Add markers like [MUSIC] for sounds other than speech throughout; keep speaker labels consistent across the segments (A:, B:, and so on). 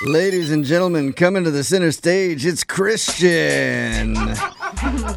A: Ladies and gentlemen, coming to the center stage, it's Christian.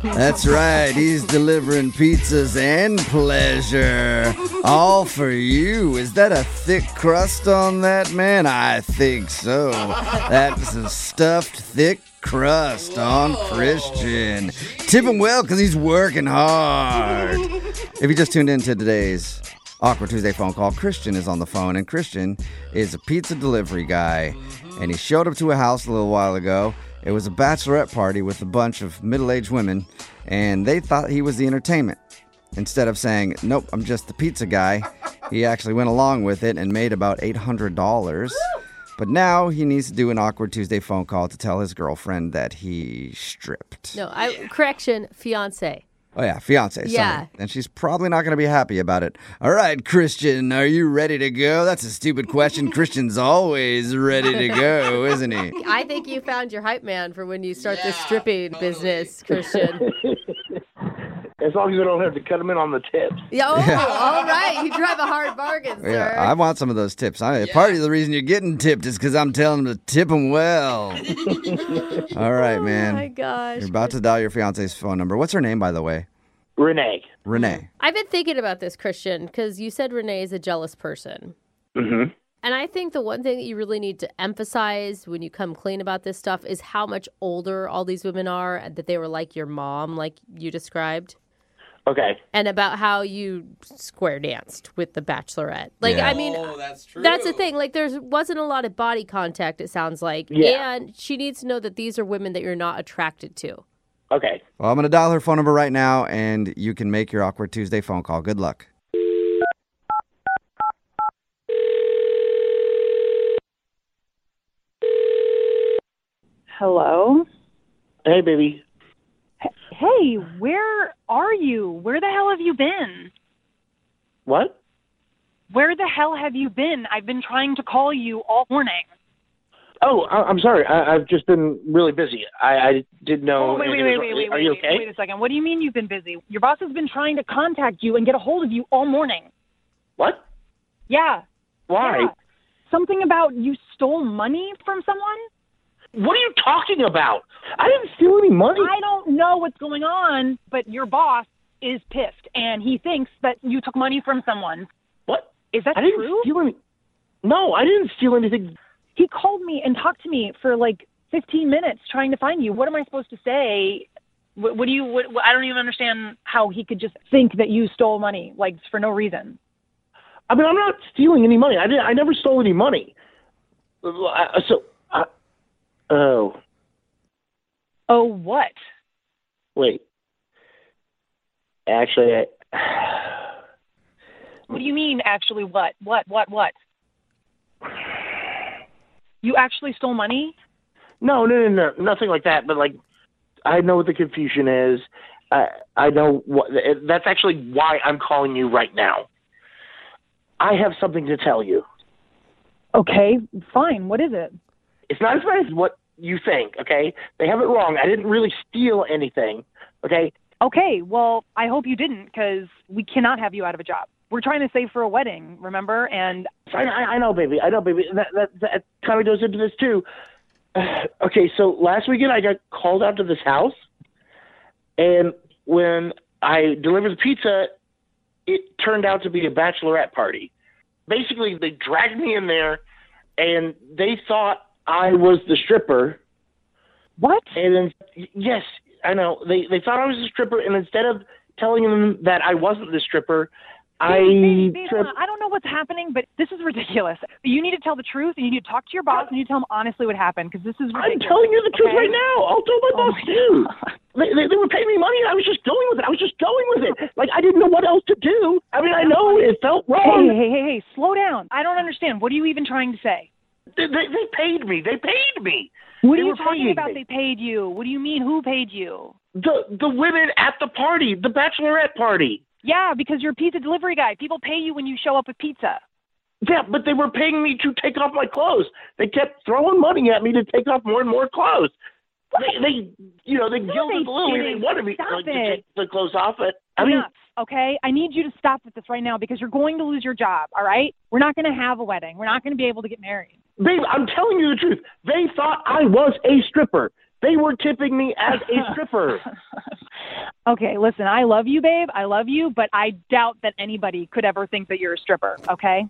A: That's right, he's delivering pizzas and pleasure. All for you. Is that a thick crust on that, man? I think so. That's a stuffed, thick crust on Christian. Tip him well because he's working hard. if you just tuned in to today's Awkward Tuesday phone call. Christian is on the phone, and Christian is a pizza delivery guy. And he showed up to a house a little while ago. It was a bachelorette party with a bunch of middle aged women, and they thought he was the entertainment. Instead of saying, Nope, I'm just the pizza guy, he actually went along with it and made about $800. But now he needs to do an awkward Tuesday phone call to tell his girlfriend that he stripped.
B: No, I correction, fiance.
A: Oh yeah, fiance. sorry.
B: Yeah.
A: And she's probably not going to be happy about it. All right, Christian, are you ready to go? That's a stupid
B: [LAUGHS]
A: question. Christian's always ready to go, isn't he?
B: I think you found your hype man for when you start the stripping business, Christian.
C: As long as we don't have to cut them in on the tips.
B: yeah, oh, all right. You drive a hard bargain, sir.
A: Yeah, I want some of those tips. I, Part of the reason you're getting tipped is because I'm telling them to tip them
B: [LAUGHS]
A: well. All right,
B: Oh my
A: man.
B: gosh.
A: You're about to dial your fiance's phone number. What's her name, by the way?
C: Renee.
A: Renee.
B: I've been thinking about this, Christian, because you said Renee is a jealous person.
C: Mm-hmm.
B: And I think the one thing that you really need to emphasize when you come clean about this stuff is how much older all these women are, and that they were like your mom, like you described,
C: Okay.
B: and about how you square danced with the bachelorette. Like,
A: Yeah.
B: I mean,
D: oh, that's true.
B: That's the thing. Like, there wasn't a lot of body contact, it sounds like.
C: Yeah.
B: And she needs to know that these are women that you're not attracted to.
C: Okay.
A: Well, I'm going to dial her phone number right now, and you can make your awkward Tuesday phone call. Good luck.
E: Hello.
C: Hey, baby.
E: Hey, where are you? Where the hell have you been?
C: What?
E: Where the hell have you been? I've been trying to call you all morning.
C: Oh, I- I'm sorry. I- I've just been really busy. I, I didn't know.
E: Oh, wait, wait,
C: anything
E: wait,
C: was-
E: wait, wait,
C: Are you
E: wait,
C: okay?
E: wait a second. What do you mean you've been busy? Your boss has been trying to contact you and get a hold of you all morning.
C: What?
E: Yeah.
C: Why?
E: yeah. Something about you stole money from someone?
C: What are you talking about? I didn't steal any money.
E: I don't know what's going on, but your boss is pissed and he thinks that you took money from someone.
C: What?
E: Is that
C: I didn't
E: true?
C: steal any. No, I didn't steal anything.
E: he called me and talked to me for like 15 minutes trying to find you. What am I supposed to say? What, what do you? What, what, I don't even understand how he could just think that you stole money, like for no reason.
C: I mean, I'm not stealing any money. I didn't. I never stole any money. Well, I- So, I, oh
E: Oh, what?
C: wait. Actually, I.
E: What do you mean? Actually, what? What? What? What? You actually stole money?
C: No, no, no, no, nothing like that. But like, I know what the confusion is. I I know what. That's actually why I'm calling you right now. I have something to tell you.
E: Okay, fine. What is it?
C: It's not as bad as what you think. Okay, they have it wrong. I didn't really steal anything. Okay,
E: Okay, well, I hope you didn't, because we cannot have you out of a job. We're trying to save for a wedding, remember? And
C: I, I, I know, baby. I know, baby. That that, that kind of goes into this too. [SIGHS] okay, so last weekend I got called out to this house, and when I delivered the pizza, it turned out to be a bachelorette party. Basically, they dragged me in there, and they thought I was the stripper.
E: what?
C: And then, y- yes, I know they they thought I was a stripper, and instead of telling them that I wasn't the stripper, I
E: Babe, babe,
C: tripped.
E: hold on. I don't know what's happening, but this is ridiculous. You need to tell the truth, and you need to talk to your boss, and you tell him honestly what happened, because this is
C: I'm
E: ridiculous.
C: telling you the truth
E: okay? Oh
C: right now. I'll tell my boss
E: my
C: too. They, they, they were paying me money, and I was just going with it. I was just going with it. Like I didn't know what else to do. I mean, I know it felt
E: Hey,
C: wrong.
E: hey, hey, hey, slow down. I don't understand. What are you even trying to say?
C: They, they, they paid me. They paid me.
E: What
C: They
E: are
C: were
E: you
C: paying
E: talking
C: me.
E: about? They paid you. What do you mean? Who paid you?
C: The the women at the party, the bachelorette party.
E: Yeah, because you're a pizza delivery guy. People pay you when you show up with pizza.
C: Yeah, but they were paying me to take off my clothes. They kept throwing money at me to take off more and more clothes. They, they you know, they gilded
E: they
C: the lily. They
E: didn't.
C: wanted me
E: Stop
C: like,
E: it.
C: to take the clothes off. But I mean,
E: Enough, okay? I need you to stop with this right now because you're going to lose your job, all right? We're not going to have a wedding. We're not going to be able to get married.
C: They, I'm telling you the truth. They thought I was a stripper. They were tipping me as a stripper.
E: Okay, listen, I love you, babe. I love you, but I doubt that anybody could ever think that you're a stripper, okay?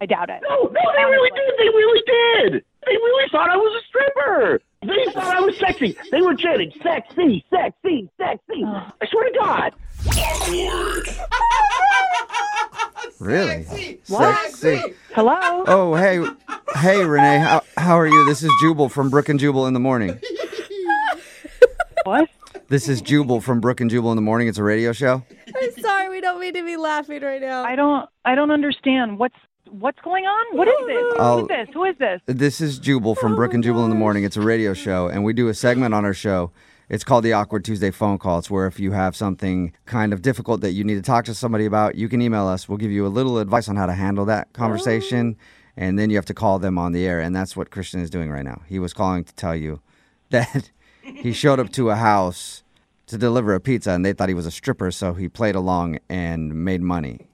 E: I doubt it.
C: No, no, they really did. They really did. They really thought I was a stripper. They thought I was sexy. They were chanting, sexy, sexy, sexy. I swear to God.
D: [LAUGHS]
A: Really?
D: Sexy.
B: [LAUGHS]
A: Sexy.
E: Hello?
A: Oh, hey, hey, Renee. How, how are you? This is Jubal from Brook and Jubal in the morning.
E: What?
A: This is Jubal from Brook and Jubal in the morning. It's a radio show.
B: [LAUGHS] I'm sorry, we don't mean to be laughing right now.
E: I don't I don't understand. What's what's going on? What is this?
A: Oh.
E: Who is this? Who is this?
A: This is Jubal from Brook and Jubal in the morning. It's a radio show, and we do a segment on our show. It's called the Awkward Tuesday Phone Call. It's where if you have something kind of difficult that you need to talk to somebody about, you can email us. We'll give you a little advice on how to handle that conversation,
B: Oh.
A: and then you have to call them on the air. And that's what Christian is doing right now. He was calling to tell you [LAUGHS] that he showed up to a house to deliver a pizza, and they thought he was a stripper, so he played along and made money.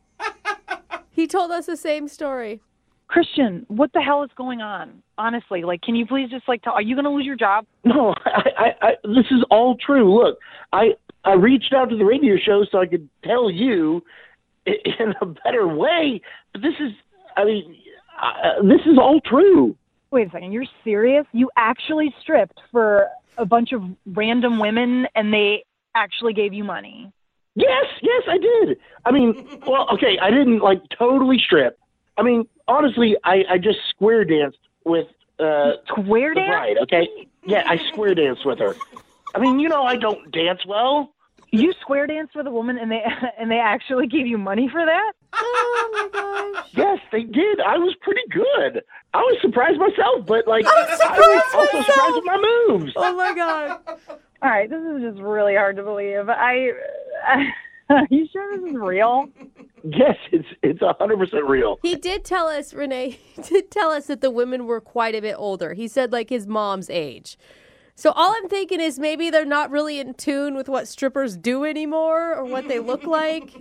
B: He told us the same story.
E: Christian, what the hell is going on? Honestly, like can you please just like tell are you gonna lose your job?
C: No, I, I, I, this is all true. Look, I, I reached out to the radio show so I could tell you i- [LAUGHS] in a better way. But this is, I mean, uh, this is all true.
E: Wait a second, you're serious? You actually stripped for a bunch of random women and they actually gave you money.
C: Yes, yes, I did. I [LAUGHS] mean, well, okay, I didn't like totally strip. I mean, honestly, I, I just square danced with uh,
E: Square
C: the
E: dance?
C: bride. Okay, yeah, I square danced with her. I mean, you know, I don't dance well.
E: You square danced with a woman and they [LAUGHS] and they actually gave you money for that?
B: [LAUGHS] Oh my gosh.
C: Yes, they did. I was pretty good. I was surprised myself, but like, I was, also surprised with my moves.
B: Oh my god.
E: All right, this is just really hard to believe. I, [LAUGHS] I are you sure this is real?
C: Yes, it's it's a hundred percent real.
B: He did tell us, Renee, [LAUGHS] he did tell us that the women were quite a bit older. He said like his mom's age. So all I'm thinking is maybe they're not really in tune with what strippers do anymore or what they look like.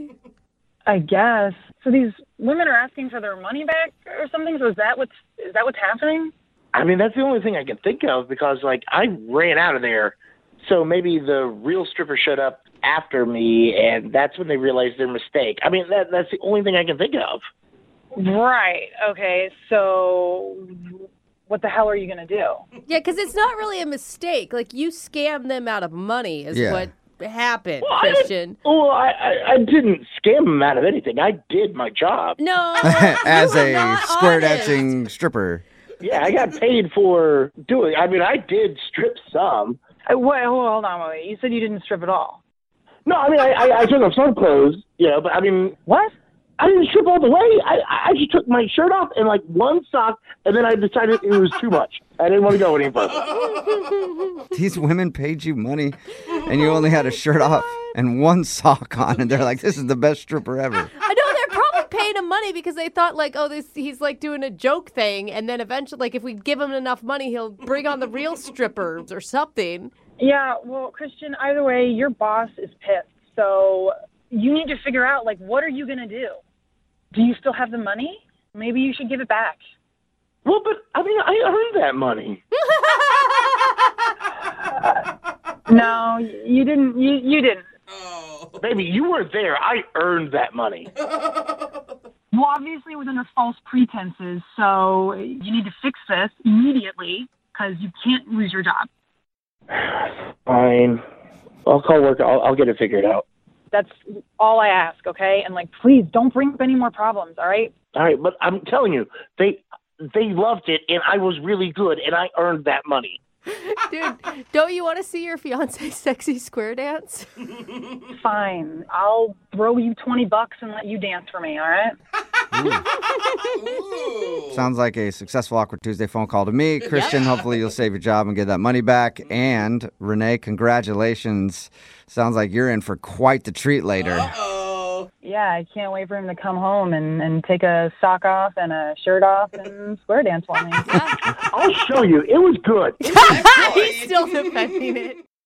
E: I guess. So these women are asking for their money back or something. So is that what's is that what's happening?
C: I mean, that's the only thing I can think of because like I ran out of there. So maybe the real stripper showed up after me, and that's when they realized their mistake. I mean, that that's the only thing I can think of.
E: Right. Okay. So what the hell are you gonna do?
B: Yeah, because it's not really a mistake. Like you scam them out of money is
A: Yeah.
B: what happened,
C: Well, I
B: Christian.
C: didn't, well, I, I I didn't scam them out of anything. I did my job.
B: [LAUGHS] No,
A: [LAUGHS] As
B: you were
A: a
B: not
A: square
B: honest.
A: dancing stripper.
C: Yeah, I got paid for doing. I mean, I did strip some.
E: Uh, Wait, hold hold on, wait. You said you didn't strip at all.
C: No, I mean, I I, I took off some clothes, you know, but I mean,
E: What?
C: I didn't strip all the way. I I- I just took my shirt off and like one sock, and then I decided it was too much. I didn't want to go any further.
A: These women paid you money and you only had a shirt off and one sock on, and they're like, this is the best stripper ever.
B: I know they're probably paying him money because they thought like, oh, this he's like doing a joke thing, and then eventually, like, if we give him enough money, he'll bring on the real strippers or something.
E: Yeah, well, Christian, either way, your boss is pissed. So you need to figure out like what are you going to do? Do you still have the money? Maybe you should give it back.
C: Well, but I mean, I earned that money.
E: No, y- you didn't you you didn't.
D: Oh. [LAUGHS]
C: Baby, you were there. I earned that money.
E: Well, obviously it was under false pretenses, so you need to fix this immediately cuz you can't lose your job.
C: Fine. I'll call work. I'll, I'll get it figured out.
E: That's all I ask, okay? And like please don't bring up any more problems, all right?
C: All right, but I'm telling you, they they loved it, and I was really good, and I earned that money.
B: Dude, don't you want to see your fiance sexy square dance?
E: Fine. I'll throw you 20 bucks and let you dance for me, all right?
A: Sounds like a successful Awkward Tuesday phone call to me. Christian, hopefully you'll save your job and get that money back. And Renee, congratulations. Sounds like you're in for quite the treat later.
B: [LAUGHS]
D: Oh.
E: Yeah, I can't wait for him to come home and, and take a sock off and a shirt off and square dance for me.
C: I'll show you. It was good.
B: he's still defending it.